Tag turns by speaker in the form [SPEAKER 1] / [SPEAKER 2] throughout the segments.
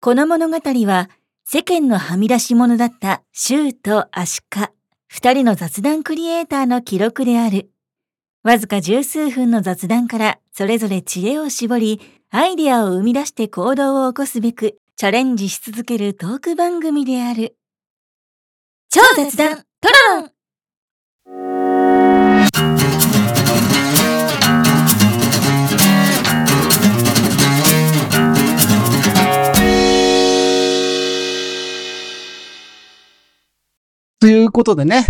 [SPEAKER 1] この物語は世間のはみ出し者だったシューとアシカ、二人の雑談クリエイターの記録である。わずか十数分の雑談からそれぞれ知恵を絞り、アイデアを生み出して行動を起こすべくチャレンジし続けるトーク番組である。超雑談トロロン
[SPEAKER 2] ということでね、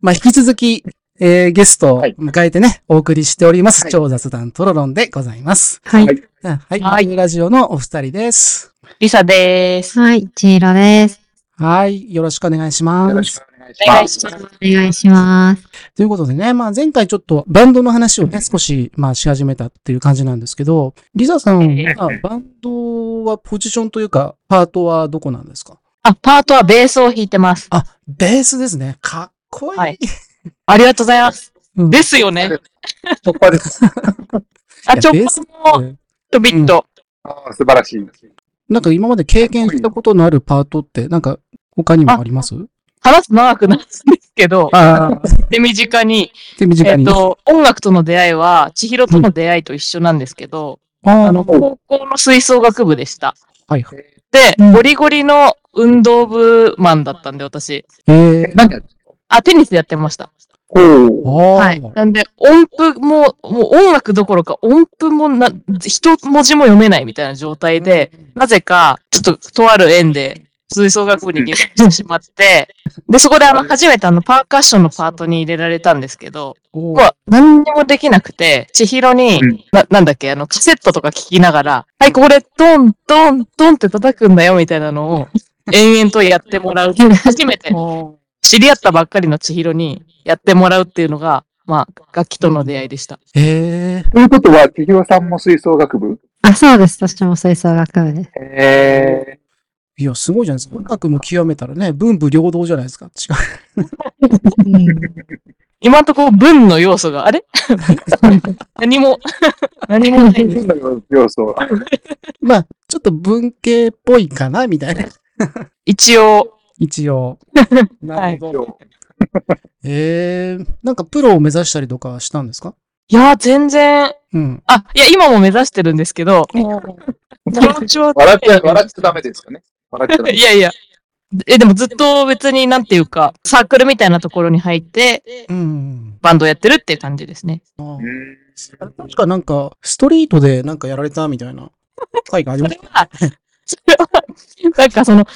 [SPEAKER 2] まあ、引き続き、えーゲストを
[SPEAKER 3] はい
[SPEAKER 2] 迎えてね、お送りしております。
[SPEAKER 3] はい
[SPEAKER 2] 超雑談トロロンでございます。
[SPEAKER 4] はい
[SPEAKER 3] はい。
[SPEAKER 2] はい。
[SPEAKER 5] はい
[SPEAKER 2] ラジオのお二人です。
[SPEAKER 5] リサです。
[SPEAKER 4] はい、ちいろです。
[SPEAKER 2] はい。よろしくお願いし
[SPEAKER 3] よ
[SPEAKER 2] ま
[SPEAKER 3] ろ
[SPEAKER 2] す
[SPEAKER 3] し。くお願いし
[SPEAKER 5] お
[SPEAKER 3] ます。
[SPEAKER 5] 願いします。
[SPEAKER 4] お願いします。
[SPEAKER 2] ということでね、まあ前回ちょっとバンドの話をね、少しまあし始めたっていう感じなんですけど、リザさん
[SPEAKER 5] え
[SPEAKER 2] はバンドはポジションというか、パートはどこなんですか
[SPEAKER 5] あ、パートはベースを弾いてます。
[SPEAKER 2] あ、ベースですね。かっこいい。
[SPEAKER 5] はいありがとうございます。
[SPEAKER 2] うん
[SPEAKER 5] ですよね。
[SPEAKER 3] 突 破です。
[SPEAKER 5] あ、
[SPEAKER 2] い
[SPEAKER 5] ちょ
[SPEAKER 2] や
[SPEAKER 5] っ
[SPEAKER 2] ベース
[SPEAKER 5] ぱも、とビット。
[SPEAKER 3] ああ、素晴らしい。
[SPEAKER 2] なんか今まで経験したことのあるパートって、なんか他にもあります
[SPEAKER 5] 話すと長くなるんですけど、
[SPEAKER 2] ああ、
[SPEAKER 5] で、身近に、
[SPEAKER 2] 手短
[SPEAKER 5] えっ
[SPEAKER 2] に。
[SPEAKER 5] と、音楽との出会いは、千尋との出会いと一緒なんですけど、
[SPEAKER 2] あ
[SPEAKER 5] あ
[SPEAKER 2] の
[SPEAKER 5] の、、高校の吹奏楽部でした。
[SPEAKER 2] はいはい。
[SPEAKER 5] で、
[SPEAKER 4] うん
[SPEAKER 5] ゴリゴリの運動部マンだったんで、私。
[SPEAKER 2] え
[SPEAKER 3] え
[SPEAKER 2] え、
[SPEAKER 3] 何やって
[SPEAKER 5] あ、テニスやってました。
[SPEAKER 3] お
[SPEAKER 2] あ
[SPEAKER 3] お。
[SPEAKER 5] はい。
[SPEAKER 2] ー
[SPEAKER 5] なんで、音符も、もう音楽どころか音符もな、一文字も読めないみたいな状態で、なぜか、ちょっと、とある縁で、吹奏楽部に入学してしまって、で、そこであの、初めてあの、パーカッションのパートに入れられたんですけど、
[SPEAKER 2] お
[SPEAKER 5] まあ、何にもできなくて、千尋に、
[SPEAKER 3] うん
[SPEAKER 5] な、なんだっけ、あの、カセットとか聞きながら、はい、これ、トン、トン、トンって叩くんだよ、みたいなの を、延々とやってもらう。初めて、知り合ったばっかりの千尋に、やってもらうっていうのが、まあ、楽器との出会いでした。
[SPEAKER 2] ええ、
[SPEAKER 3] ということは、千尋さんも吹奏楽部
[SPEAKER 4] あ、そうです。私も吹奏楽部です。
[SPEAKER 3] ええ。
[SPEAKER 2] いや、すごいじゃないですか。音楽も極めたらね、文武両道じゃないですか。違う。
[SPEAKER 5] 今んところ文の要素が、あれ 何も、何もない
[SPEAKER 3] どんな要素
[SPEAKER 2] まあ、ちょっと文系っぽいかな、み たいな。
[SPEAKER 5] 一応、
[SPEAKER 2] 一応。な
[SPEAKER 5] はい
[SPEAKER 2] ほど。ええなんかプロを目指したりとかはしたんですか
[SPEAKER 5] いや、全然、
[SPEAKER 2] うん。
[SPEAKER 5] あ、いや、今も目指してるんですけど、気持ちは
[SPEAKER 3] 笑っちゃ、笑っちゃダメですよね。笑っちゃダメ
[SPEAKER 5] い。やいや。え、でもずっと別になんていうか、サークルみたいなところに入って、
[SPEAKER 2] うん。
[SPEAKER 5] バンドやってるっていう感じですね。
[SPEAKER 2] あー
[SPEAKER 3] うん
[SPEAKER 2] あれ確かなんか、ストリートでなんかやられたみたいな回があり
[SPEAKER 5] そ
[SPEAKER 2] ま
[SPEAKER 5] れ
[SPEAKER 2] し
[SPEAKER 5] は、それは、なんかその、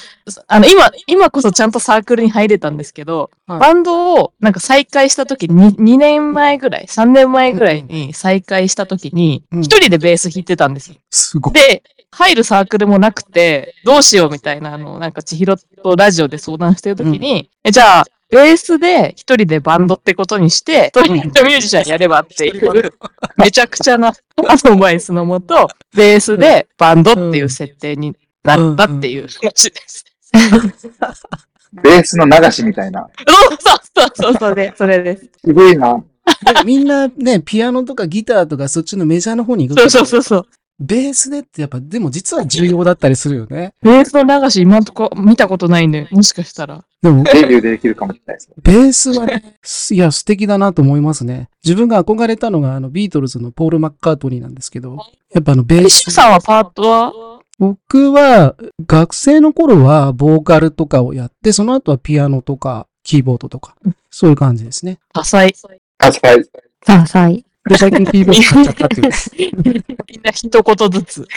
[SPEAKER 5] あの、今、今こそちゃんとサークルに入れたんですけど、
[SPEAKER 2] はい
[SPEAKER 5] バンドをなんか再開した時に、2年前ぐらい、3年前ぐらいに再開した時に、
[SPEAKER 2] うん
[SPEAKER 5] 一人でベース弾いてたんですよ。
[SPEAKER 2] すごい。
[SPEAKER 5] で、入るサークルもなくて、どうしようみたいな、あの、なんか千尋とラジオで相談してるときに、え、じゃあ、ベースで一人でバンドってことにして、トリートミュージシャンやればって いう、めちゃくちゃなアドバイスのもと、ベースでバンドっていう設定になったっていう話です。
[SPEAKER 3] ベースの流しみたいな。
[SPEAKER 5] そうそうそうそう、それ、それです。
[SPEAKER 3] すごいな。
[SPEAKER 2] でもみんなね、ピアノとかギターとかそっちのメジャーの方に行くけ
[SPEAKER 5] そ
[SPEAKER 2] ど
[SPEAKER 5] うそうそうそう。
[SPEAKER 2] ベースでってやっぱ、でも実は重要だったりするよね。
[SPEAKER 5] ベースの流し今んとこ見たことないんで、もしかしたら。
[SPEAKER 2] でも、
[SPEAKER 3] デビューできるかもしれないですね。
[SPEAKER 2] ベースはね、いや、素敵だなと思いますね。自分が憧れたのが、あの、ビートルズのポール・マッカートニーなんですけど、やっぱあの、ベー
[SPEAKER 5] シュ
[SPEAKER 2] ス。
[SPEAKER 5] さんはパートは
[SPEAKER 2] 僕は、学生の頃は、ボーカルとかをやって、その後はピアノとか、キーボードとか、そういう感じですね。
[SPEAKER 5] 多 彩。
[SPEAKER 3] 確かに。
[SPEAKER 4] ダサい。
[SPEAKER 2] で、最近キーボード買っちゃったっていう。
[SPEAKER 5] みんな一言ずつ。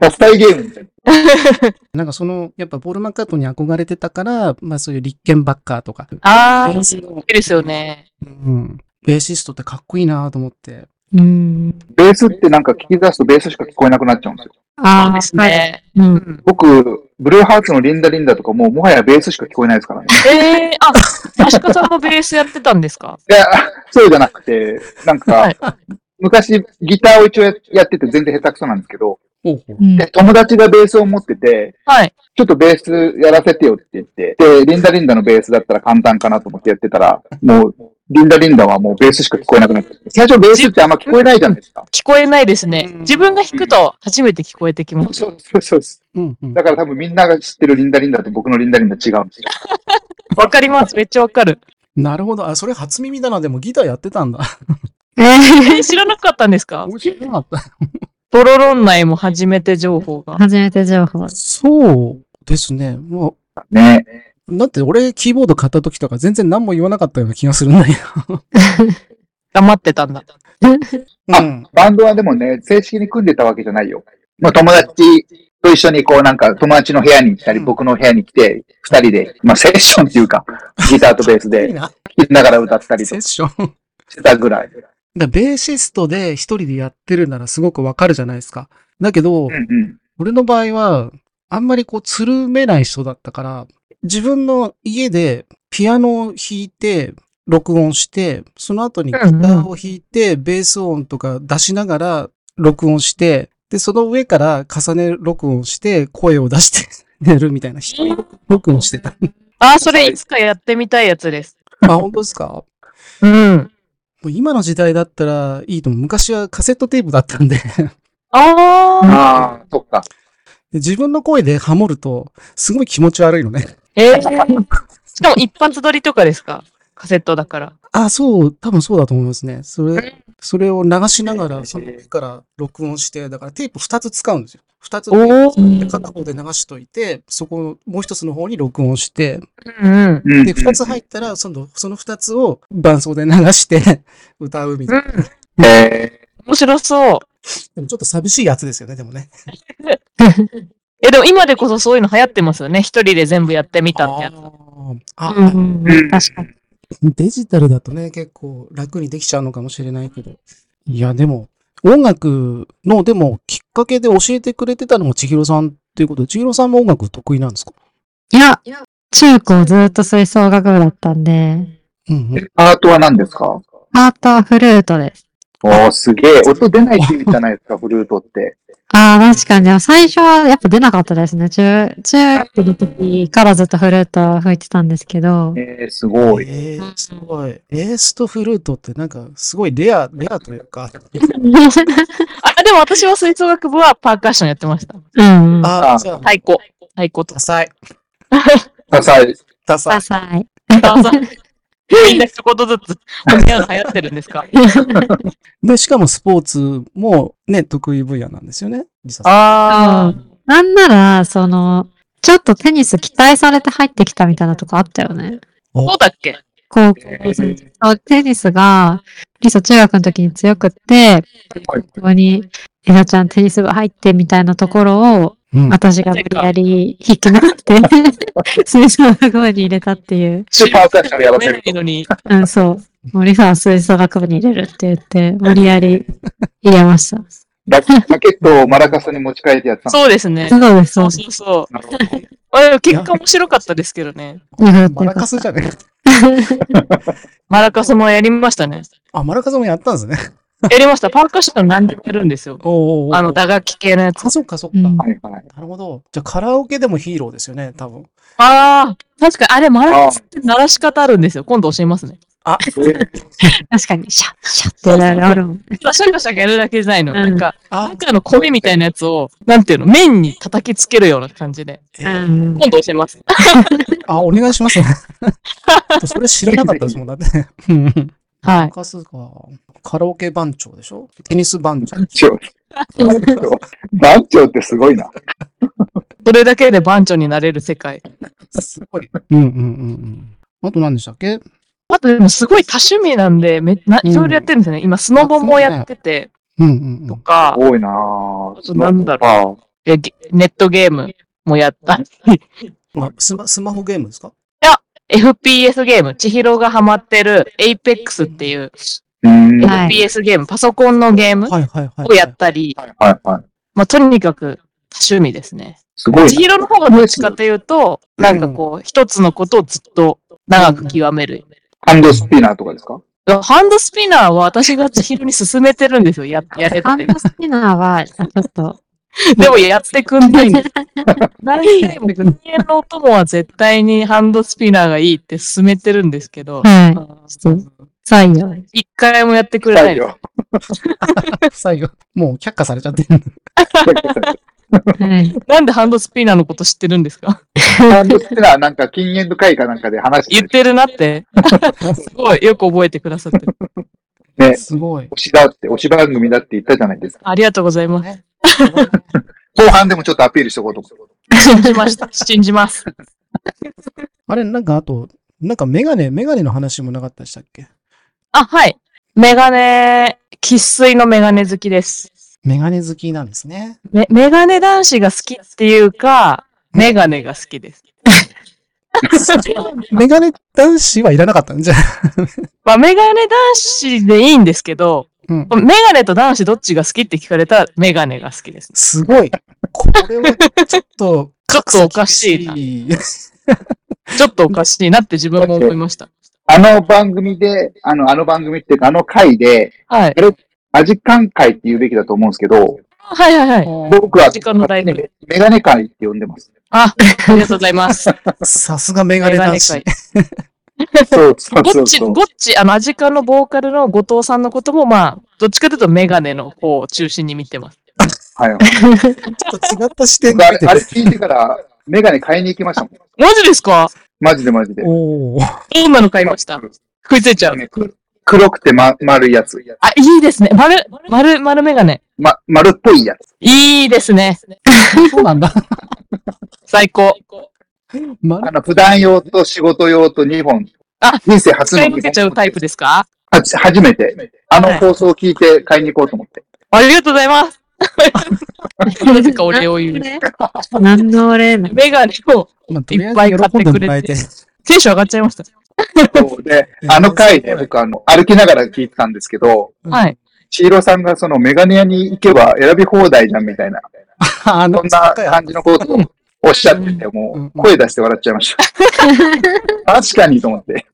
[SPEAKER 3] 多彩ゲームみたいな。
[SPEAKER 2] なんかその、やっぱポール・マッカートニーに憧れてたから、まあそういう立憲バッカーとか、
[SPEAKER 5] あ
[SPEAKER 2] ベ
[SPEAKER 5] ー、
[SPEAKER 2] ー
[SPEAKER 5] い
[SPEAKER 2] スの
[SPEAKER 5] いですよね。
[SPEAKER 2] うん。ベーシストってかっこいいなと思って。
[SPEAKER 4] うん。
[SPEAKER 3] ベースってなんか聞き出すとベースしか聞こえなくなっちゃうんですよ。
[SPEAKER 4] あ
[SPEAKER 5] そう
[SPEAKER 4] あ、
[SPEAKER 5] ですね。
[SPEAKER 4] は
[SPEAKER 5] う
[SPEAKER 4] い。うん。
[SPEAKER 5] ん、
[SPEAKER 3] 僕、ブルーハーツのリンダリンダとかもうもはやベースしか聞こえないですからね。
[SPEAKER 5] えー、あ、アシカさんもベースやってたんですか
[SPEAKER 3] いや、そうじゃなくて、なんか、
[SPEAKER 5] はい
[SPEAKER 3] 昔ギターを一応ややってて全然下手くそなんですけど、
[SPEAKER 2] ほうほう。
[SPEAKER 4] うん
[SPEAKER 3] で、友達がベースを持ってて、
[SPEAKER 5] はい。
[SPEAKER 3] ちょっとベースやらせてよって言って、で、リンダリンダのベースだったら簡単かなと思ってやってたら、もう、リンダリンダはもうベースしか聞こえなくなって、最初ベースってあんま聞こえないじゃないですか。
[SPEAKER 5] 聞こえないですね
[SPEAKER 2] うん。
[SPEAKER 5] 自分が弾くと初めて聞こえてきます。
[SPEAKER 3] そうそうそうです。
[SPEAKER 2] うんうん
[SPEAKER 3] だから多分みんなが知ってるリンダリンダと僕のリンダリンダ違うんですよ。
[SPEAKER 5] わかります。めっちゃわかる。
[SPEAKER 2] なるほど。あ、それ初耳だな。でもギターやってた んだ。
[SPEAKER 4] えー
[SPEAKER 5] え知らなかったんですか
[SPEAKER 2] 面白かった。
[SPEAKER 5] トロロン内も初めて情報が。
[SPEAKER 4] 初めて情報。
[SPEAKER 2] そうですね。も
[SPEAKER 3] ね。
[SPEAKER 2] う、だって俺キーボード買った時とか全然何も言わなかったような気がするんだけ
[SPEAKER 5] 黙ってたんだ。
[SPEAKER 2] ど。うん。
[SPEAKER 3] バンドはでもね、正式に組んでたわけじゃないよ。まあ、友達と一緒にこうなんか友達の部屋に行ったり、
[SPEAKER 2] うん
[SPEAKER 3] 僕の部屋に来て、二人で、まあセッションっていうか、ギターとベース
[SPEAKER 2] いい
[SPEAKER 3] で
[SPEAKER 2] な。
[SPEAKER 3] 弾きながら歌ったりと
[SPEAKER 2] セ
[SPEAKER 3] か
[SPEAKER 2] ッション。
[SPEAKER 3] してたぐらい。
[SPEAKER 2] だからベーシストで一人でやってるならすごくわかるじゃないですか。だけど、
[SPEAKER 3] うんうん。
[SPEAKER 2] 俺の場合は、あんまりこう、つるめない人だったから、自分の家でピアノを弾いて、録音して、その後にギターを弾いて、ベース音とか出しながら録音して、で、その上から重ね録音して、声を出して 寝るみたいな、一人録音してた。
[SPEAKER 5] あー、それいつかやってみたいやつです。
[SPEAKER 2] あ、本当ですかも
[SPEAKER 5] うん。
[SPEAKER 2] う今の時代だったらいいと思う。昔はカセットテープだったんで
[SPEAKER 5] ああ。
[SPEAKER 3] ああ、そっか。
[SPEAKER 2] で自分の声でハモると、すごい気持ち悪いのね。
[SPEAKER 5] えーしかも一発撮りとかですかカセットだから。
[SPEAKER 2] あ、そう、多分そうだと思いますね。それ、それを流しなが
[SPEAKER 3] え
[SPEAKER 2] ら、
[SPEAKER 3] え
[SPEAKER 2] その上から録音して、だからテープ2つ使うんですよ。2つ
[SPEAKER 5] お
[SPEAKER 2] で
[SPEAKER 5] ー
[SPEAKER 2] 片方で流しといて、そこ、もう一つの方に録音して、
[SPEAKER 5] うんうん。
[SPEAKER 3] うんうん。
[SPEAKER 2] で、2つ入ったら、その、その2つを伴奏で流して歌うみたいな。
[SPEAKER 3] え
[SPEAKER 5] 面白そう。
[SPEAKER 2] でもちょっと寂しいやつですよね、でもね。
[SPEAKER 5] え、でも今でこそそういうの流行ってますよね。一人で全部やってみたってやつ。
[SPEAKER 2] あー
[SPEAKER 4] う
[SPEAKER 2] あ、
[SPEAKER 4] ん
[SPEAKER 3] うん
[SPEAKER 4] 確かに。
[SPEAKER 2] デジタルだとね、結構楽にできちゃうのかもしれないけど。いや、でも、音楽の、でも、きっかけで教えてくれてたのも千尋さんっていうことで、千尋さんも音楽得意なんですか
[SPEAKER 4] いや、中高ずっと吹奏楽部だったんで、
[SPEAKER 2] うんう
[SPEAKER 3] ー
[SPEAKER 2] ん。
[SPEAKER 3] パートは何ですか
[SPEAKER 4] ハートはフルートです。
[SPEAKER 3] おー、すげえ。音出ないって意味じゃないですか、フルートって。
[SPEAKER 4] ああ、確かに。でも最初はやっぱ出なかったですね。中、中学の時からずっとフルート吹いてたんですけど、
[SPEAKER 3] えー、すごい。
[SPEAKER 2] えー、すごい。ベースとフルートってなんか、すごいレア、レアというか。
[SPEAKER 5] あ、でも私は吹奏楽部はパーカッションやってました。
[SPEAKER 4] うんうん。
[SPEAKER 2] あ
[SPEAKER 3] あ
[SPEAKER 2] じゃあ、
[SPEAKER 5] 太鼓。太鼓 と
[SPEAKER 2] 多彩。
[SPEAKER 3] 多彩。
[SPEAKER 2] 多彩
[SPEAKER 4] ダ。サい。
[SPEAKER 5] か。みんな一言ずつ褒め合うの流行ってるんですか
[SPEAKER 2] で、しかもスポーツもね、得意分野なんですよね。リサさん。
[SPEAKER 5] あ
[SPEAKER 4] なんなら、その、ちょっとテニス期待されて入ってきたみたいなとこあったよね。
[SPEAKER 5] あ。そうだっけ
[SPEAKER 4] 高校
[SPEAKER 3] え
[SPEAKER 4] 生
[SPEAKER 3] ー
[SPEAKER 4] そうテニスが、リサ中学の時に強くって、
[SPEAKER 3] はい
[SPEAKER 4] ここに、エナちゃんテニス部入ってみたいなところ
[SPEAKER 2] う
[SPEAKER 4] を、
[SPEAKER 2] ん
[SPEAKER 4] 私が無理やり引きなくて、吹奏楽部に入れたっていう。
[SPEAKER 3] スーパーカッションやら
[SPEAKER 5] 褒め
[SPEAKER 3] せ
[SPEAKER 5] な
[SPEAKER 3] る。
[SPEAKER 5] いのに。
[SPEAKER 4] うん、そう。森さんは吹奏楽部に入れるって言って、無理やり入れました。
[SPEAKER 3] ララケットをマラカスに持ち帰ってやっ てた
[SPEAKER 5] そうですね。
[SPEAKER 4] そうです、そ
[SPEAKER 5] そううそう
[SPEAKER 4] で
[SPEAKER 5] そ
[SPEAKER 3] なるほど
[SPEAKER 5] う。あでも結果面白かったですけどね。
[SPEAKER 4] す。
[SPEAKER 2] マラカスじゃね
[SPEAKER 5] マラカスもやりましたね。
[SPEAKER 2] あ、マラカスもやったんですね。
[SPEAKER 5] やりました。パーカッション何でもやるんです
[SPEAKER 2] お
[SPEAKER 5] よ。
[SPEAKER 2] ーおーおー
[SPEAKER 5] あの、打楽器系のやつ。
[SPEAKER 2] あ、そっかそっか。
[SPEAKER 4] うん
[SPEAKER 2] な
[SPEAKER 3] はいはい。
[SPEAKER 2] るほど。じゃあ、カラオケでもヒーローですよね、多分。
[SPEAKER 5] ああ、確かに、あれ、マラ
[SPEAKER 3] あ
[SPEAKER 5] カスって鳴らし方あるんですよ。今度教えますね。
[SPEAKER 4] 確かに、シャッシャッってやるあるもん。
[SPEAKER 5] シャカシャカやるだけじゃないの。
[SPEAKER 4] うん
[SPEAKER 5] なんか、
[SPEAKER 2] あ
[SPEAKER 5] なん、かの米みたいなやつを、なんていうの、麺に叩きつけるような感じで。
[SPEAKER 2] え
[SPEAKER 4] う
[SPEAKER 2] ー
[SPEAKER 4] ん。
[SPEAKER 5] 今度教えます。
[SPEAKER 2] あ、お願いします。 それ知らなかったですもん、だって。うんマ
[SPEAKER 5] は
[SPEAKER 2] ラ
[SPEAKER 5] い。
[SPEAKER 2] カスか。カラオケ番長でしょテニス番長。
[SPEAKER 3] 長。番長ってすごいな。
[SPEAKER 5] それだけで番長になれる世界。
[SPEAKER 2] すごい。うんうんうんうん。あと何でしたっけ
[SPEAKER 5] あと、でもすごい多趣味なんで、めな、
[SPEAKER 2] うん
[SPEAKER 5] いろいろやってるんですよね。今、スノボもやってて、
[SPEAKER 2] うんうんう
[SPEAKER 5] と
[SPEAKER 2] ん。
[SPEAKER 5] か、
[SPEAKER 3] 多いなぁ
[SPEAKER 5] あとなんだろえゲネットゲームもやった り。
[SPEAKER 2] あスマスマホゲームですか
[SPEAKER 5] FPS ゲーム、千尋がハマってる Apex っていう
[SPEAKER 3] うーん。はい
[SPEAKER 4] はい
[SPEAKER 5] FPS ゲーム、パソコンのゲーム
[SPEAKER 2] はいはいはい。
[SPEAKER 5] をやったり、
[SPEAKER 3] はい。
[SPEAKER 5] まあ、とにかく多趣味ですね。
[SPEAKER 3] すごい
[SPEAKER 5] 千尋の方がどっちかというと、
[SPEAKER 2] うん
[SPEAKER 5] なんかこう、一つのことをずっと長く極める。
[SPEAKER 3] な。ハンドスピナーとかですか
[SPEAKER 5] ハンドスピナーは私が千尋に勧めてるんですよ。や、やれって。
[SPEAKER 4] ハンドスピナーは、ちょっと、
[SPEAKER 5] でもやってくんないんです。 何回も人間のお供は絶対にハンドスピナーがいいって勧めてるんですけど、
[SPEAKER 4] はい。ちょっと、採用。
[SPEAKER 5] 一回もやってくれな
[SPEAKER 3] 最
[SPEAKER 5] いです。
[SPEAKER 3] 後。
[SPEAKER 2] 最後、もう却下されちゃってる。
[SPEAKER 4] はい。
[SPEAKER 5] なんでハンドスピナーのこと知ってるんですか
[SPEAKER 3] ハンドスピナーなんか禁煙の会かなんかで話して
[SPEAKER 5] 言っててるな って。すごい、よく覚えてくださってる。
[SPEAKER 3] ね、
[SPEAKER 2] すごい。
[SPEAKER 3] 推しだって、推し番組だって言ったじゃないですか。
[SPEAKER 5] ありがとうございます。
[SPEAKER 3] 後半でもちょっとアピールしておこうと思って。
[SPEAKER 5] 信じました。信じます。
[SPEAKER 2] あれ、なんかあと、なんかメガネ、メガネの話もなかったでしたっけ
[SPEAKER 5] あ、はい。メガネ、喫水のメガネ好きです。
[SPEAKER 2] メガネ好きなんですね。
[SPEAKER 5] メメガネ男子が好きっていうか、メガネが好きです。
[SPEAKER 2] メガネ男子はいらなかったんじゃ。
[SPEAKER 5] まあ、メガネ男子でいいんですけど、
[SPEAKER 2] うん。
[SPEAKER 5] メガネと男子どっちが好きって聞かれたらメガネが好きです。
[SPEAKER 2] すごい。これはちょっと、
[SPEAKER 5] ちょっとおかしいな。
[SPEAKER 2] い。
[SPEAKER 5] ちょっとおかしいなって自分も思いました。
[SPEAKER 3] あの番組で、あの、あの番組っていうか、あの回で、
[SPEAKER 5] はい。
[SPEAKER 3] アジカン会って言うべきだと思うんですけど、
[SPEAKER 5] はいはいはい。
[SPEAKER 3] 僕は
[SPEAKER 5] アジカンのライブ
[SPEAKER 3] 勝手にメメガネ会って呼んでます。
[SPEAKER 5] あ、ありがとうございます。
[SPEAKER 2] さすがメ
[SPEAKER 5] メ
[SPEAKER 2] ガネ男
[SPEAKER 5] ガ
[SPEAKER 2] 子
[SPEAKER 5] ネ。会
[SPEAKER 3] そうそう
[SPEAKER 5] ゴ
[SPEAKER 3] そ
[SPEAKER 5] ッ
[SPEAKER 3] う
[SPEAKER 5] チ、
[SPEAKER 3] そ
[SPEAKER 5] ゴ
[SPEAKER 3] う。
[SPEAKER 5] ッチ、あの、アジカンのボーカルの後藤さんのことも、まあ、どっちかというとメガネの方を中心に見てます。
[SPEAKER 3] はい。
[SPEAKER 2] ちょっと違った視点
[SPEAKER 3] 僕あ
[SPEAKER 2] で
[SPEAKER 3] れ
[SPEAKER 2] 見て
[SPEAKER 3] あれ
[SPEAKER 2] る。
[SPEAKER 3] 聞いてから、メガネ買いに行きましたもん。
[SPEAKER 5] マジですか
[SPEAKER 3] マジでマジで。
[SPEAKER 2] おー
[SPEAKER 5] どんなの買いました食いついちゃう。
[SPEAKER 3] ね黒くて、ま、丸いやつ。
[SPEAKER 5] あ、いいですね。丸、丸、丸メガネ。
[SPEAKER 3] ま、丸っぽいやつ。
[SPEAKER 5] いいです ね。
[SPEAKER 2] そうなんだ。
[SPEAKER 5] 最高。
[SPEAKER 2] ま
[SPEAKER 3] あの、普段用と仕事用と2本。
[SPEAKER 5] あ
[SPEAKER 3] 人生初
[SPEAKER 5] 使
[SPEAKER 3] の
[SPEAKER 5] い抜けちゃうタイプですか
[SPEAKER 3] はじ初めて。あの放送を聞いて買いに行こうと思って。
[SPEAKER 5] ありがとうございます。なぜかお礼を言う。
[SPEAKER 4] 何のお 礼なの
[SPEAKER 5] メガネを
[SPEAKER 2] まあ、とりあえず喜んでもらえて。
[SPEAKER 5] テンション上がっちゃいました。
[SPEAKER 3] そうで、あの回で僕あの、歩きながら聞いてたんですけど、
[SPEAKER 5] はい。
[SPEAKER 3] シーロさんがそのメガネ屋に行けば選び放題じゃんみたいな、
[SPEAKER 2] あの
[SPEAKER 3] そんな感じのことをおっしゃってて、もう声出して笑っちゃいました。 確かにと思って。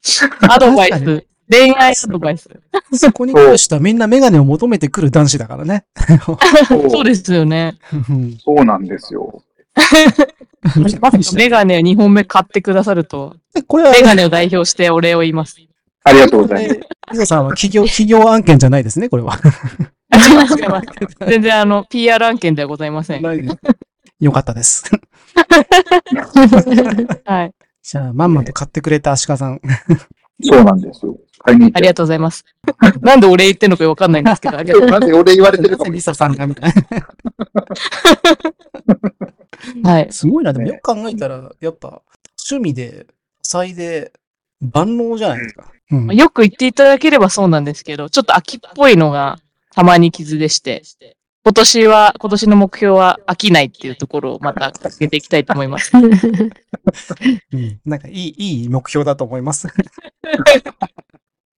[SPEAKER 5] アドバイ
[SPEAKER 2] 確か
[SPEAKER 5] ス。恋愛アドバイス。
[SPEAKER 2] そこに来る人はみんなメガネを求めてくる男子だからね。
[SPEAKER 3] そう
[SPEAKER 5] そうですよね。
[SPEAKER 2] うん
[SPEAKER 3] そうなんですよ。
[SPEAKER 5] メガネ2本目買ってくださると、
[SPEAKER 2] これは
[SPEAKER 5] メ、ガネを代表してお礼を言います。
[SPEAKER 3] ありがとうご ざいます。
[SPEAKER 2] リゾさんは企業、企業案件じゃないですね、これは。
[SPEAKER 5] 違います違います 全然あの、PR 案件ではございません。は
[SPEAKER 2] よかったです。
[SPEAKER 5] い。
[SPEAKER 2] じゃあ、まんまと買ってくれた足利さん。
[SPEAKER 3] そうなんですよ。買いに行っ
[SPEAKER 5] あ
[SPEAKER 3] て
[SPEAKER 5] り。がとうございます。 なんでお礼言ってんのかわかんないんですけど、あ りがとうござい
[SPEAKER 3] な
[SPEAKER 5] ます
[SPEAKER 3] んで俺言われてるか も
[SPEAKER 2] リサさんがみたいな。
[SPEAKER 5] はい。
[SPEAKER 2] すごいな、でも
[SPEAKER 3] ね
[SPEAKER 2] よく考えたら、やっぱ、趣味で、多彩で、万能じゃないですか。うん
[SPEAKER 5] よく言っていただければそうなんですけど、ちょっと秋っぽいのがたまに傷でして、今年は、今年の目標は飽きないっていうところをまた続けていきたいと思います。
[SPEAKER 2] うんなんかいい、いい目標だと思います。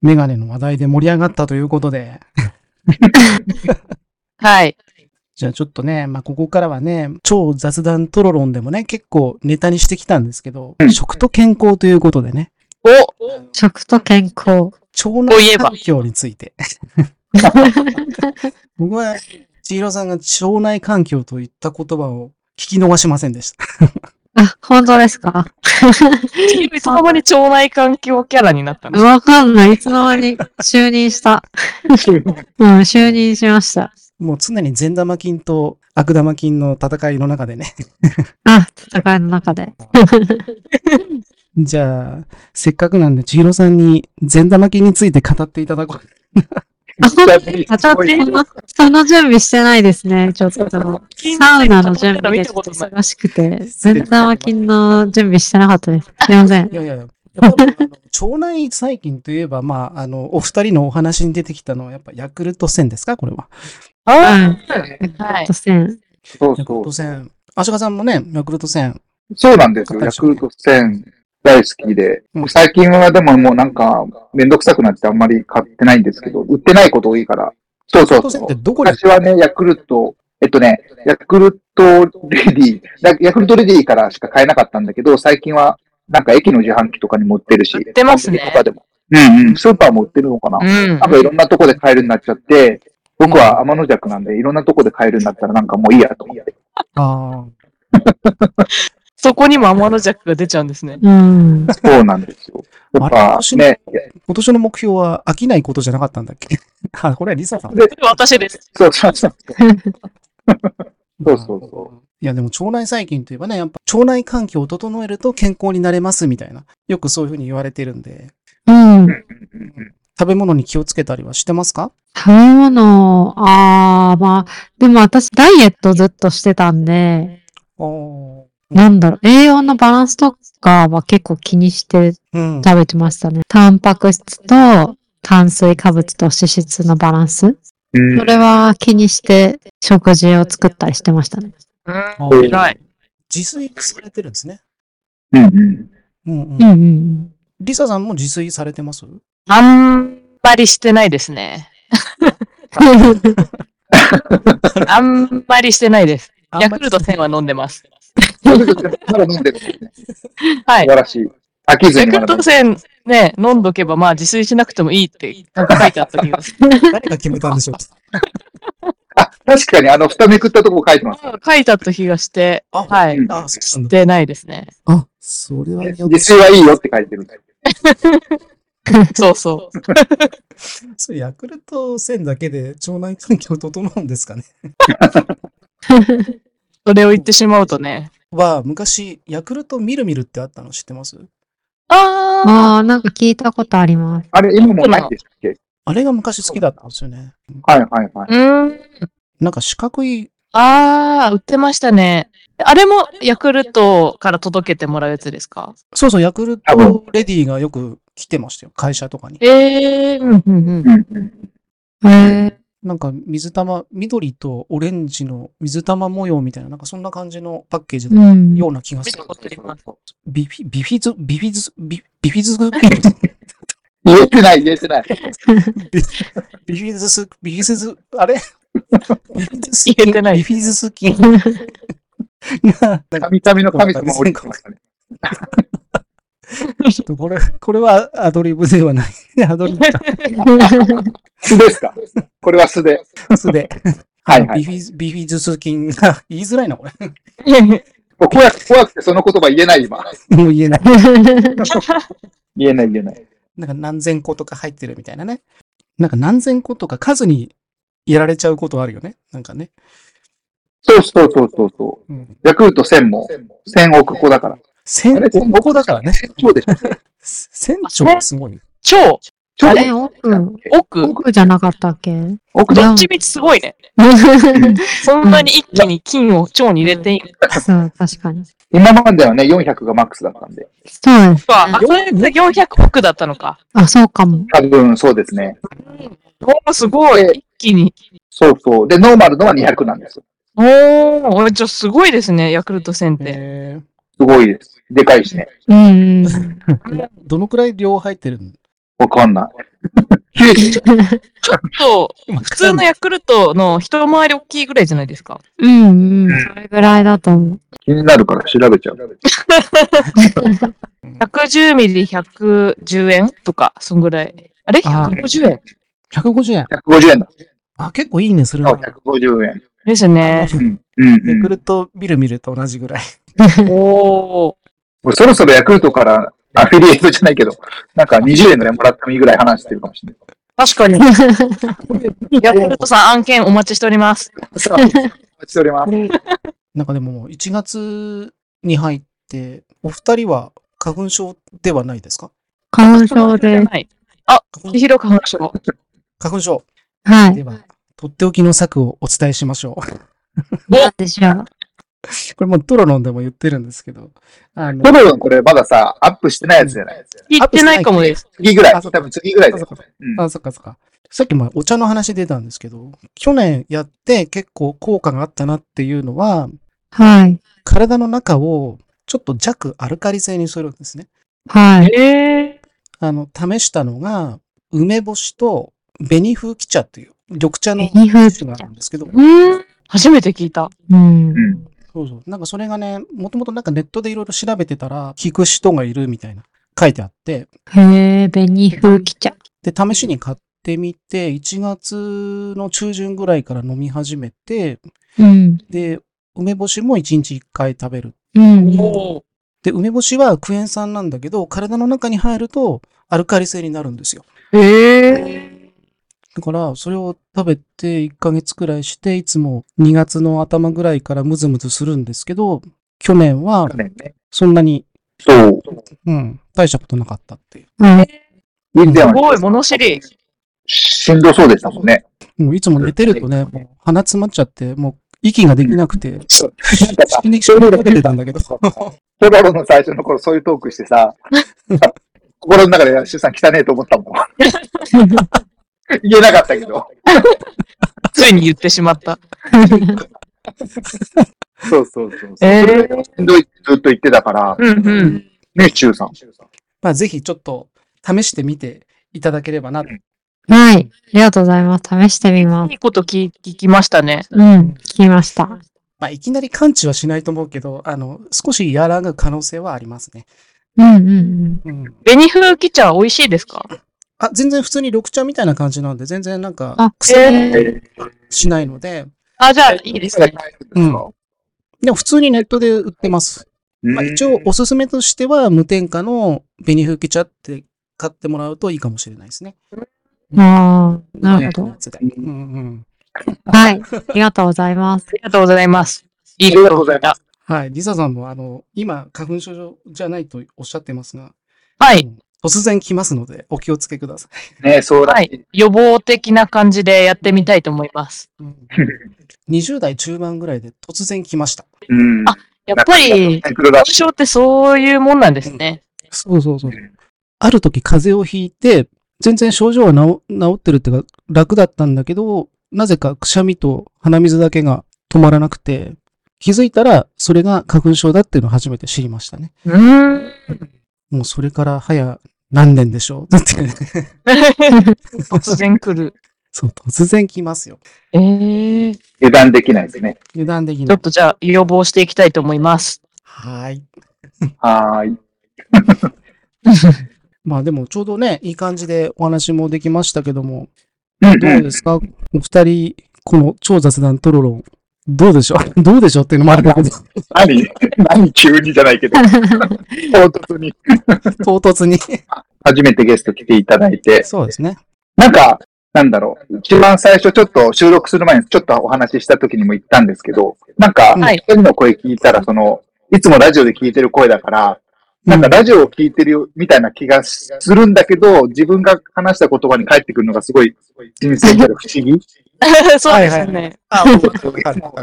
[SPEAKER 2] メガネの話題で盛り上がったということで、
[SPEAKER 5] はい。
[SPEAKER 2] じゃあちょっとね、まあ、ここからはね、超雑談トロロンでもね、結構ネタにしてきたんですけど、
[SPEAKER 3] うん
[SPEAKER 2] 食と健康ということでね、
[SPEAKER 5] お
[SPEAKER 4] 食と健康。
[SPEAKER 2] 腸
[SPEAKER 5] といえ
[SPEAKER 2] 内
[SPEAKER 5] ば
[SPEAKER 2] 環境について。 僕は、千尋さんが腸内環境といった言葉を聞き逃しませんでした。
[SPEAKER 4] あ、本当ですか
[SPEAKER 5] いつの間に腸内環境キャラになったんですか
[SPEAKER 4] わかんない。いつの間に就任 した。うん、就任しました。
[SPEAKER 2] もう常に善玉菌と悪玉菌の戦いの中でね、
[SPEAKER 4] あ、戦いの中で。
[SPEAKER 2] じゃあ、せっかくなんで、千尋さんに善玉菌について語っていただこう。
[SPEAKER 4] あ、本 当
[SPEAKER 3] に
[SPEAKER 4] あ、ちょっとその、その準備してないですね。ちょっと。サウナの準備でちょっと忙しくて、善玉菌の準備してなかったです。すい ません
[SPEAKER 2] い。やい や、やっぱりあの腸内細菌といえば、まあ、あの、お二人のお話に出てきたのは、やっぱヤクルト1000ですかこれは。
[SPEAKER 4] うん。
[SPEAKER 5] はい。
[SPEAKER 4] 突然。
[SPEAKER 3] そう
[SPEAKER 2] ヤクル
[SPEAKER 3] そ
[SPEAKER 2] ト1000。足利さんもね、ヤクルト1000。
[SPEAKER 3] う。そうなんですよ。ヤクルト1000大好きで。最近はでももうなんか、めんどくさくなってあんまり買ってないんですけど、売ってないこと多いから。そう
[SPEAKER 2] ヤ
[SPEAKER 3] そ
[SPEAKER 2] クル
[SPEAKER 3] う
[SPEAKER 2] ト1000
[SPEAKER 3] そ
[SPEAKER 2] って
[SPEAKER 3] う。
[SPEAKER 2] どこで
[SPEAKER 3] 昔はね、ヤクルト、えっとね、ヤクルトレディ、だヤクルトレディからしか買えなかったんだけど、最近はなんか駅の自販機とかにも売ってるし。
[SPEAKER 5] 売ってますね
[SPEAKER 3] コンビニとかでも。うんうん。スーパーも売ってるのかな。
[SPEAKER 5] うん
[SPEAKER 3] なん。かいろんなとこで買えるようになっちゃって、僕は天の弱なんで、いろんなとこで買えるんだったらなんかもういいやと思って。
[SPEAKER 2] ああ。
[SPEAKER 5] そこにも天のジャックが出ちゃうんですね。
[SPEAKER 4] うん。
[SPEAKER 3] そうなんですよ。やっぱね、
[SPEAKER 2] 今年の目標は飽きないことじゃなかったんだっけ あ、これはリサさん。
[SPEAKER 3] で
[SPEAKER 5] 私です。
[SPEAKER 3] そうそうそう。そうそうそ
[SPEAKER 2] いや、でも腸内細菌といえばね、やっぱ腸内環境を整えると健康になれますみたいな。よくそういうふうに言われてるんで。
[SPEAKER 4] うん。食
[SPEAKER 2] 食べ物に気をつけたりはしてますか
[SPEAKER 4] べ物、あー、まあ、でも私、ダイエットずっとしてたんで、
[SPEAKER 2] ああ。
[SPEAKER 4] なんだろう、栄養のバランスとかは結構気にして
[SPEAKER 2] うん。
[SPEAKER 4] 食べてましたね。タンパク質と炭水化物と脂質のバランス。
[SPEAKER 3] うん
[SPEAKER 4] それは気にして食事を作ったりしてましたね。
[SPEAKER 5] うん。偉い。
[SPEAKER 2] 自炊されてるんですね。
[SPEAKER 3] うんうん。
[SPEAKER 2] うんう
[SPEAKER 4] う
[SPEAKER 2] ん。
[SPEAKER 4] んうんうん。
[SPEAKER 2] リサさんも自炊されてます
[SPEAKER 5] あんまりしてないです ね。 あんまりしてないです。ヤクルト1000は飲んでます。
[SPEAKER 3] まだ飲んでるんですね。
[SPEAKER 5] は
[SPEAKER 3] 素晴
[SPEAKER 5] い。
[SPEAKER 3] らしい。飽きず
[SPEAKER 5] ヤ
[SPEAKER 3] に
[SPEAKER 5] ク
[SPEAKER 3] ま
[SPEAKER 5] ル
[SPEAKER 3] だ
[SPEAKER 5] ト
[SPEAKER 3] 飲んでる
[SPEAKER 5] 1000ね、飲んどけばまあ自炊しなくてもいいってなんか書いてあった気がする。
[SPEAKER 2] 誰が決めたんでしょう
[SPEAKER 3] あ、確かにあの、蓋めくったとこ書いてます。
[SPEAKER 5] 書いてあった気がして、
[SPEAKER 2] あ
[SPEAKER 5] はい。
[SPEAKER 3] うん
[SPEAKER 2] あ、そう
[SPEAKER 5] し
[SPEAKER 2] なんだ。
[SPEAKER 5] てないですね。
[SPEAKER 2] あ、それは
[SPEAKER 3] 自
[SPEAKER 2] よく
[SPEAKER 3] 炊はいいよって書いてる。
[SPEAKER 5] そうそう。
[SPEAKER 2] それヤクルト1000だけで腸内環境整うんですかね。
[SPEAKER 5] それを言ってしまうとね。
[SPEAKER 2] は、昔、ヤクルトみるみるってあったの知ってます
[SPEAKER 5] あ
[SPEAKER 4] ああ、なんか聞いたことあります。
[SPEAKER 3] あれ、今もうないんでしたっけ
[SPEAKER 2] あれが昔好きだったんですよね。
[SPEAKER 3] はいはいは
[SPEAKER 5] あ。
[SPEAKER 3] い。
[SPEAKER 5] うん。
[SPEAKER 2] なんか四角い、
[SPEAKER 5] ああ、売ってましたね。あれもヤクルトから届けてもらうやつですか
[SPEAKER 2] そうそう、ヤクル
[SPEAKER 3] 多
[SPEAKER 2] トレディがよく来てましたよ。会社とかに。
[SPEAKER 5] ええー、うんうんうん。
[SPEAKER 3] うんうん。
[SPEAKER 4] へえ。
[SPEAKER 2] なんか水玉、緑とオレンジの水玉模様みたいな、なんかそんな感じのパッケージ
[SPEAKER 4] う
[SPEAKER 2] の
[SPEAKER 4] ん。
[SPEAKER 2] ような気がす
[SPEAKER 5] 見た
[SPEAKER 2] る。
[SPEAKER 5] ことあります。
[SPEAKER 2] ビフィ、ビフィズ、ビフィズ、ビ ビフィズ、
[SPEAKER 3] 言えてない言えてない。
[SPEAKER 2] ビフィズス、ビフィズス、あれビフィズス
[SPEAKER 5] 言えてない
[SPEAKER 2] ビフィズス 菌が、なんか
[SPEAKER 3] 神々の神様降りてきましたね。
[SPEAKER 2] ちょっとこれ、これはアドリブではない。アドリブ
[SPEAKER 3] 素ですかこれは素で。
[SPEAKER 2] スで。
[SPEAKER 3] はいは
[SPEAKER 2] ビ
[SPEAKER 3] い。
[SPEAKER 2] フィズ、ビフィズス菌が、言いづらいな、これ。
[SPEAKER 3] 怖く怖くてその言葉言えない今。
[SPEAKER 2] もう言えない。
[SPEAKER 3] 言えない言えない。
[SPEAKER 2] なんか何千個とか入ってるみたいなね。なんか何千個とか数にやられちゃうことあるよね。なんかね。
[SPEAKER 3] そうそうそうそうそう。
[SPEAKER 2] うん、
[SPEAKER 3] ヤクルト1000も、1000億個だから。
[SPEAKER 2] 千
[SPEAKER 3] あれ千
[SPEAKER 2] 億個だからね。
[SPEAKER 3] そうでしょ。
[SPEAKER 2] 千兆はすごいね。
[SPEAKER 5] 超
[SPEAKER 3] 超
[SPEAKER 4] あれ、奥、
[SPEAKER 5] 奥
[SPEAKER 4] 奥じゃなかったっけ
[SPEAKER 3] 奥
[SPEAKER 5] どっちみちすごいね。そんなに一気に金を腸に入れていい
[SPEAKER 4] そう、確かに。
[SPEAKER 3] 今まではね、400がマックスだったんで。
[SPEAKER 4] そうです。
[SPEAKER 5] か。あ、それで400億だったのか。
[SPEAKER 4] あ、そうかも。
[SPEAKER 3] 多分そうですね。
[SPEAKER 5] おー、すごい。一気に。
[SPEAKER 3] そうそう。で、ノーマルのは200なんですよ。
[SPEAKER 5] おー、じゃあすごいですね、ヤクルト1000って。
[SPEAKER 2] えー
[SPEAKER 3] すごいです。でかいしね。
[SPEAKER 4] うん。
[SPEAKER 2] どのくらい量入ってるの
[SPEAKER 3] わかんない。90
[SPEAKER 5] そう、普通のヤクルトの一回り大きいぐらいじゃないですか。
[SPEAKER 4] うんうん。それぐらいだと 思う。
[SPEAKER 3] 気になるから調べちゃう。
[SPEAKER 5] 110ミリ110円とか、そんぐらい。あれ
[SPEAKER 2] あ
[SPEAKER 5] ?150 円
[SPEAKER 2] ?150 円。
[SPEAKER 3] 150円だ。
[SPEAKER 2] あ、結構いいね、する
[SPEAKER 3] あ
[SPEAKER 2] の。
[SPEAKER 3] 150円。
[SPEAKER 5] ですね。
[SPEAKER 3] うん。うん、う
[SPEAKER 2] ヤ
[SPEAKER 3] ん
[SPEAKER 2] ク。ルトビルミルと同じぐらい。
[SPEAKER 5] おー。
[SPEAKER 3] もうそろそろヤクルトからアフィリエイトじゃないけど、なんか20円ぐらいもらってもいいぐらい話してるかもしれない。
[SPEAKER 5] 確かに。ヤクルトさん案件お待ちしております。
[SPEAKER 3] さあ、お待ちしております。
[SPEAKER 2] なんかでももう1月に入って、お二人は花粉症ではないですか
[SPEAKER 4] 花粉症で。
[SPEAKER 5] はい。あ、千尋花粉症。
[SPEAKER 2] 花粉症。
[SPEAKER 4] は
[SPEAKER 2] で
[SPEAKER 4] い。
[SPEAKER 2] は、とっておきの策をお伝えしましょう。
[SPEAKER 4] なんでしょう。
[SPEAKER 2] これもうトロロンでも言ってるんですけど。あの
[SPEAKER 3] トロロンこれまださ、アップしてないやつじゃない
[SPEAKER 5] 言ってないかもです。
[SPEAKER 3] 次ぐら
[SPEAKER 2] あ
[SPEAKER 3] い。
[SPEAKER 2] そ
[SPEAKER 3] 多
[SPEAKER 2] っか
[SPEAKER 3] 分次ぐらいだ
[SPEAKER 2] あそ
[SPEAKER 3] よ
[SPEAKER 2] っか
[SPEAKER 3] うん
[SPEAKER 2] あ、そっかそっか。さっきもお茶の話出たんですけど、去年やって結構効果があったなっていうのは、
[SPEAKER 4] はい。
[SPEAKER 2] 体の中をちょっと弱アルカリ性にするんですね。
[SPEAKER 4] はい。
[SPEAKER 5] え
[SPEAKER 2] あの、試したのが、梅干しと紅風紀茶っていう緑茶の
[SPEAKER 4] 紅風
[SPEAKER 2] 種があるんですけど
[SPEAKER 5] ー、、うん。初めて聞いた。
[SPEAKER 4] うん。
[SPEAKER 3] うん。
[SPEAKER 2] そうそう。なんかそれがね、もともとなんかネットでいろいろ調べてたら、聞く人がいるみたいな書いてあって、
[SPEAKER 4] へえ、紅風来ちゃ
[SPEAKER 2] で、試しに買っってみて、1月の中旬ぐらいから飲み始めて、
[SPEAKER 4] うん。
[SPEAKER 2] で、梅干しも1日1回食べる。
[SPEAKER 4] うん。
[SPEAKER 5] おー
[SPEAKER 2] で、梅干しはクエン酸なんだけど、体の中に入るとアルカリ性になるんですよ。
[SPEAKER 5] え
[SPEAKER 2] だから、それを食べて1ヶ月くらいして、いつも2月の頭ぐらいからムズムズするんですけど、去年は
[SPEAKER 3] 去年ね。
[SPEAKER 2] そんなに、
[SPEAKER 3] そう。
[SPEAKER 2] うん、大したことなかったっていう。
[SPEAKER 4] うん
[SPEAKER 3] 以前
[SPEAKER 5] すごい、
[SPEAKER 3] は
[SPEAKER 5] 物知り。
[SPEAKER 3] しんどそうでしたもんね。
[SPEAKER 2] もういつも寝てるとね、もう鼻詰まっちゃって、もう息ができなくて、
[SPEAKER 3] そう。なんか さ
[SPEAKER 2] 死、に死にかけてたんだけど。
[SPEAKER 3] トロロの最初の頃そういうトークしてさ、心の中で出産汚ねえと思ったもん。言えなかったけど。
[SPEAKER 5] ついに言ってしまった。
[SPEAKER 3] そうそうそう。
[SPEAKER 5] えー
[SPEAKER 3] それしんどいってずっと言ってたから、
[SPEAKER 5] うんうん。
[SPEAKER 3] ね、中さん。
[SPEAKER 2] まあ、ぜひちょっと試してみていただければな。
[SPEAKER 4] はい。ありがとうございます。試してみます
[SPEAKER 5] い。いこと聞聞きましたね。
[SPEAKER 4] うん。聞きました。
[SPEAKER 2] まあ、いきなり完治はしないと思うけど、あの、少し和らぐ可能性はありますね。
[SPEAKER 4] うんうんうん。
[SPEAKER 2] うん。
[SPEAKER 5] 紅風紀茶美味しいですか
[SPEAKER 2] あ、全然普通に緑茶みたいな感じなんで、全然なんか
[SPEAKER 4] あ、
[SPEAKER 2] 癖
[SPEAKER 5] えー
[SPEAKER 3] え
[SPEAKER 2] しないので、
[SPEAKER 5] あ、じゃあ、いいですね。
[SPEAKER 2] うん。でも普通にネットで売ってます。まあ、一応おすすめとしては、無添加の紅風紀茶って買ってもらうといいかもしれないですね。
[SPEAKER 4] ああ、なる
[SPEAKER 2] 無添加
[SPEAKER 4] ほど。
[SPEAKER 2] のやつでうんうん。
[SPEAKER 4] はい。ありがとうござい ます
[SPEAKER 5] あ。りがとうございます。いい。
[SPEAKER 3] ありがとうございます
[SPEAKER 2] はい。リサさんも、あの、今、花粉症じゃないとおっしゃってますが、
[SPEAKER 5] はい。
[SPEAKER 2] 突然来ますので、お気をつけください。
[SPEAKER 3] ね、そうだ。
[SPEAKER 5] はい。予防的な感じでやってみたいと思います。
[SPEAKER 2] うん、20代中盤ぐらいで突然来ました。
[SPEAKER 3] うん。
[SPEAKER 5] あやっぱり、
[SPEAKER 3] タイトルだ
[SPEAKER 5] 花粉症ってそういうもんなんですね。
[SPEAKER 2] そうそうそう
[SPEAKER 3] うん。
[SPEAKER 2] ある時風邪をひいて、全然症状は治治ってるっていうか楽だったんだけど、なぜかくしゃみと鼻水だけが止まらなくて、気づいたらそれが花粉症だっていうのを初めて知りましたね。
[SPEAKER 5] うーん。
[SPEAKER 2] もうそれから早何年でしょうだ ってね。
[SPEAKER 5] 突然来る。
[SPEAKER 2] そう、突然来ますよ。
[SPEAKER 5] えー、ち
[SPEAKER 3] 油断できないですね。
[SPEAKER 2] 油断でき
[SPEAKER 5] ょ
[SPEAKER 2] な
[SPEAKER 5] っ
[SPEAKER 2] い。
[SPEAKER 5] とじゃあ予防していきたいと思います。
[SPEAKER 2] はい。
[SPEAKER 3] はーい。
[SPEAKER 2] まあでもちょうどね、いい感じでお話もできましたけど も、
[SPEAKER 3] うん
[SPEAKER 2] どうですか、お二人、この超雑談トロロン、どうでしょう どうでしょうっていうのもあるんだけど、
[SPEAKER 3] 何何急にじゃないけど、唐突に。
[SPEAKER 2] 唐突に。
[SPEAKER 3] 初めてゲスト来ていただいて、
[SPEAKER 2] そうですね。
[SPEAKER 3] なんか、なんだろう、一番最初ちょっと収録する前にちょっとお話しした時にも言ったんですけど、なんか、
[SPEAKER 5] はい
[SPEAKER 3] 一人の声聞いたら、その、いつもラジオで聞いてる声だから、なんかラジオを聞いてるよみたいな気がするんだけど、自分が話した言葉に返ってくるのがすごい人生で不思議。
[SPEAKER 5] そうですね。
[SPEAKER 2] あ、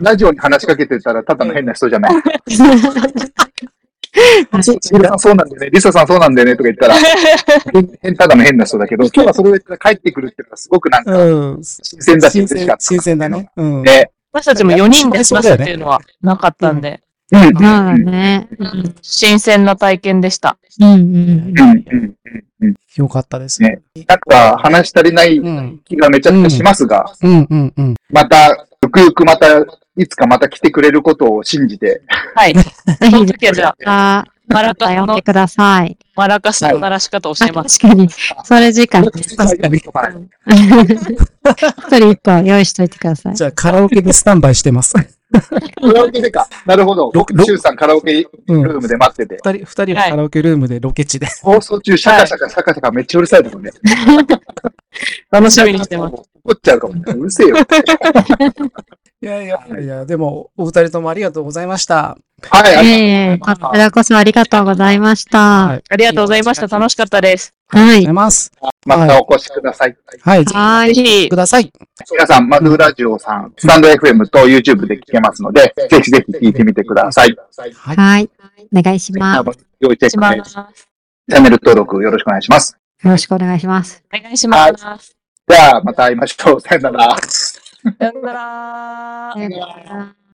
[SPEAKER 3] ラジオに話しかけてたらただの変な人じゃない。リサさんそうなんだよね、リサさんそうなんだよねとか言ったら、変ただの変な人だけど、今日はそれを言ったら帰ってくるっていうのがすごくなんか
[SPEAKER 2] うん。
[SPEAKER 3] 新鮮だし
[SPEAKER 2] 新
[SPEAKER 3] 嬉しか
[SPEAKER 2] 鮮
[SPEAKER 3] っ、
[SPEAKER 2] 新
[SPEAKER 3] た。
[SPEAKER 2] 鮮だね。うん。
[SPEAKER 3] ね。
[SPEAKER 5] 私たちも4人で話すっていうのはなかったんで、
[SPEAKER 3] うんうん
[SPEAKER 4] そうだね。
[SPEAKER 5] うん新鮮な体験でした。
[SPEAKER 4] うん
[SPEAKER 3] う
[SPEAKER 4] うん。
[SPEAKER 3] んうんうんうん
[SPEAKER 2] よかったですね。
[SPEAKER 3] なんか話し足りない
[SPEAKER 2] うん。
[SPEAKER 3] 気がめちゃくちゃしますが、
[SPEAKER 2] うんうんうん。
[SPEAKER 3] また、ゆくゆくまた、いつかまた来てくれることを信じて、
[SPEAKER 5] はい。
[SPEAKER 4] ぜ
[SPEAKER 5] そ
[SPEAKER 4] ひ
[SPEAKER 5] の、 時はじゃあ、
[SPEAKER 4] ま
[SPEAKER 5] マラ
[SPEAKER 4] た
[SPEAKER 5] カス
[SPEAKER 4] 呼ん
[SPEAKER 5] の
[SPEAKER 4] で、ください。
[SPEAKER 5] マラカスの鳴らし方を教
[SPEAKER 4] あ
[SPEAKER 5] え
[SPEAKER 4] 確
[SPEAKER 5] ます。
[SPEAKER 4] かに。それ時 間ね。
[SPEAKER 2] 確かに。
[SPEAKER 3] はい
[SPEAKER 4] 一人一個用意しといてください。
[SPEAKER 2] じゃあ、カラオケでスタンバイしてます。
[SPEAKER 3] カラオケでか。なるほど
[SPEAKER 2] ろ。ろ
[SPEAKER 3] シュウさんカラオケル
[SPEAKER 2] うん。
[SPEAKER 3] ームで待ってて。
[SPEAKER 2] 二人、二人はカラオケルームでロケ地で。
[SPEAKER 3] 放送中、シャカシャカシャカシャカめっちゃうるさいですもんね。
[SPEAKER 5] 楽しみにしてます。
[SPEAKER 3] す。怒っちゃうかも。うるせえよ。
[SPEAKER 2] いやいやいや、でも、お二人ともありがとうございました。
[SPEAKER 3] はいあ
[SPEAKER 4] い
[SPEAKER 3] り
[SPEAKER 4] えいえ、こちらこそありがとうございました。
[SPEAKER 5] ありがとうございました。
[SPEAKER 2] ありがとう
[SPEAKER 5] 楽しかったです。
[SPEAKER 4] は
[SPEAKER 2] ご
[SPEAKER 4] い
[SPEAKER 2] ざい。ます。
[SPEAKER 3] がとう。またお越しください。
[SPEAKER 2] はい。ぜ
[SPEAKER 4] は
[SPEAKER 5] ぜ
[SPEAKER 4] い。
[SPEAKER 5] ひ
[SPEAKER 2] ひく、ださい。
[SPEAKER 3] 皆さん、マドゥラジオさん、スタンド FM と YouTube で聞けますので、ぜひぜひ聞いてみてください。
[SPEAKER 2] はい。
[SPEAKER 4] はい。お願いします。
[SPEAKER 3] 用意チェッ
[SPEAKER 5] しま。
[SPEAKER 3] クですチャンネル登録よろしくお願いします。
[SPEAKER 4] よろしくお願いします。
[SPEAKER 5] お願いします。さ
[SPEAKER 3] じゃあ、また会いましょう。さよなら。
[SPEAKER 5] よなら
[SPEAKER 4] さよなら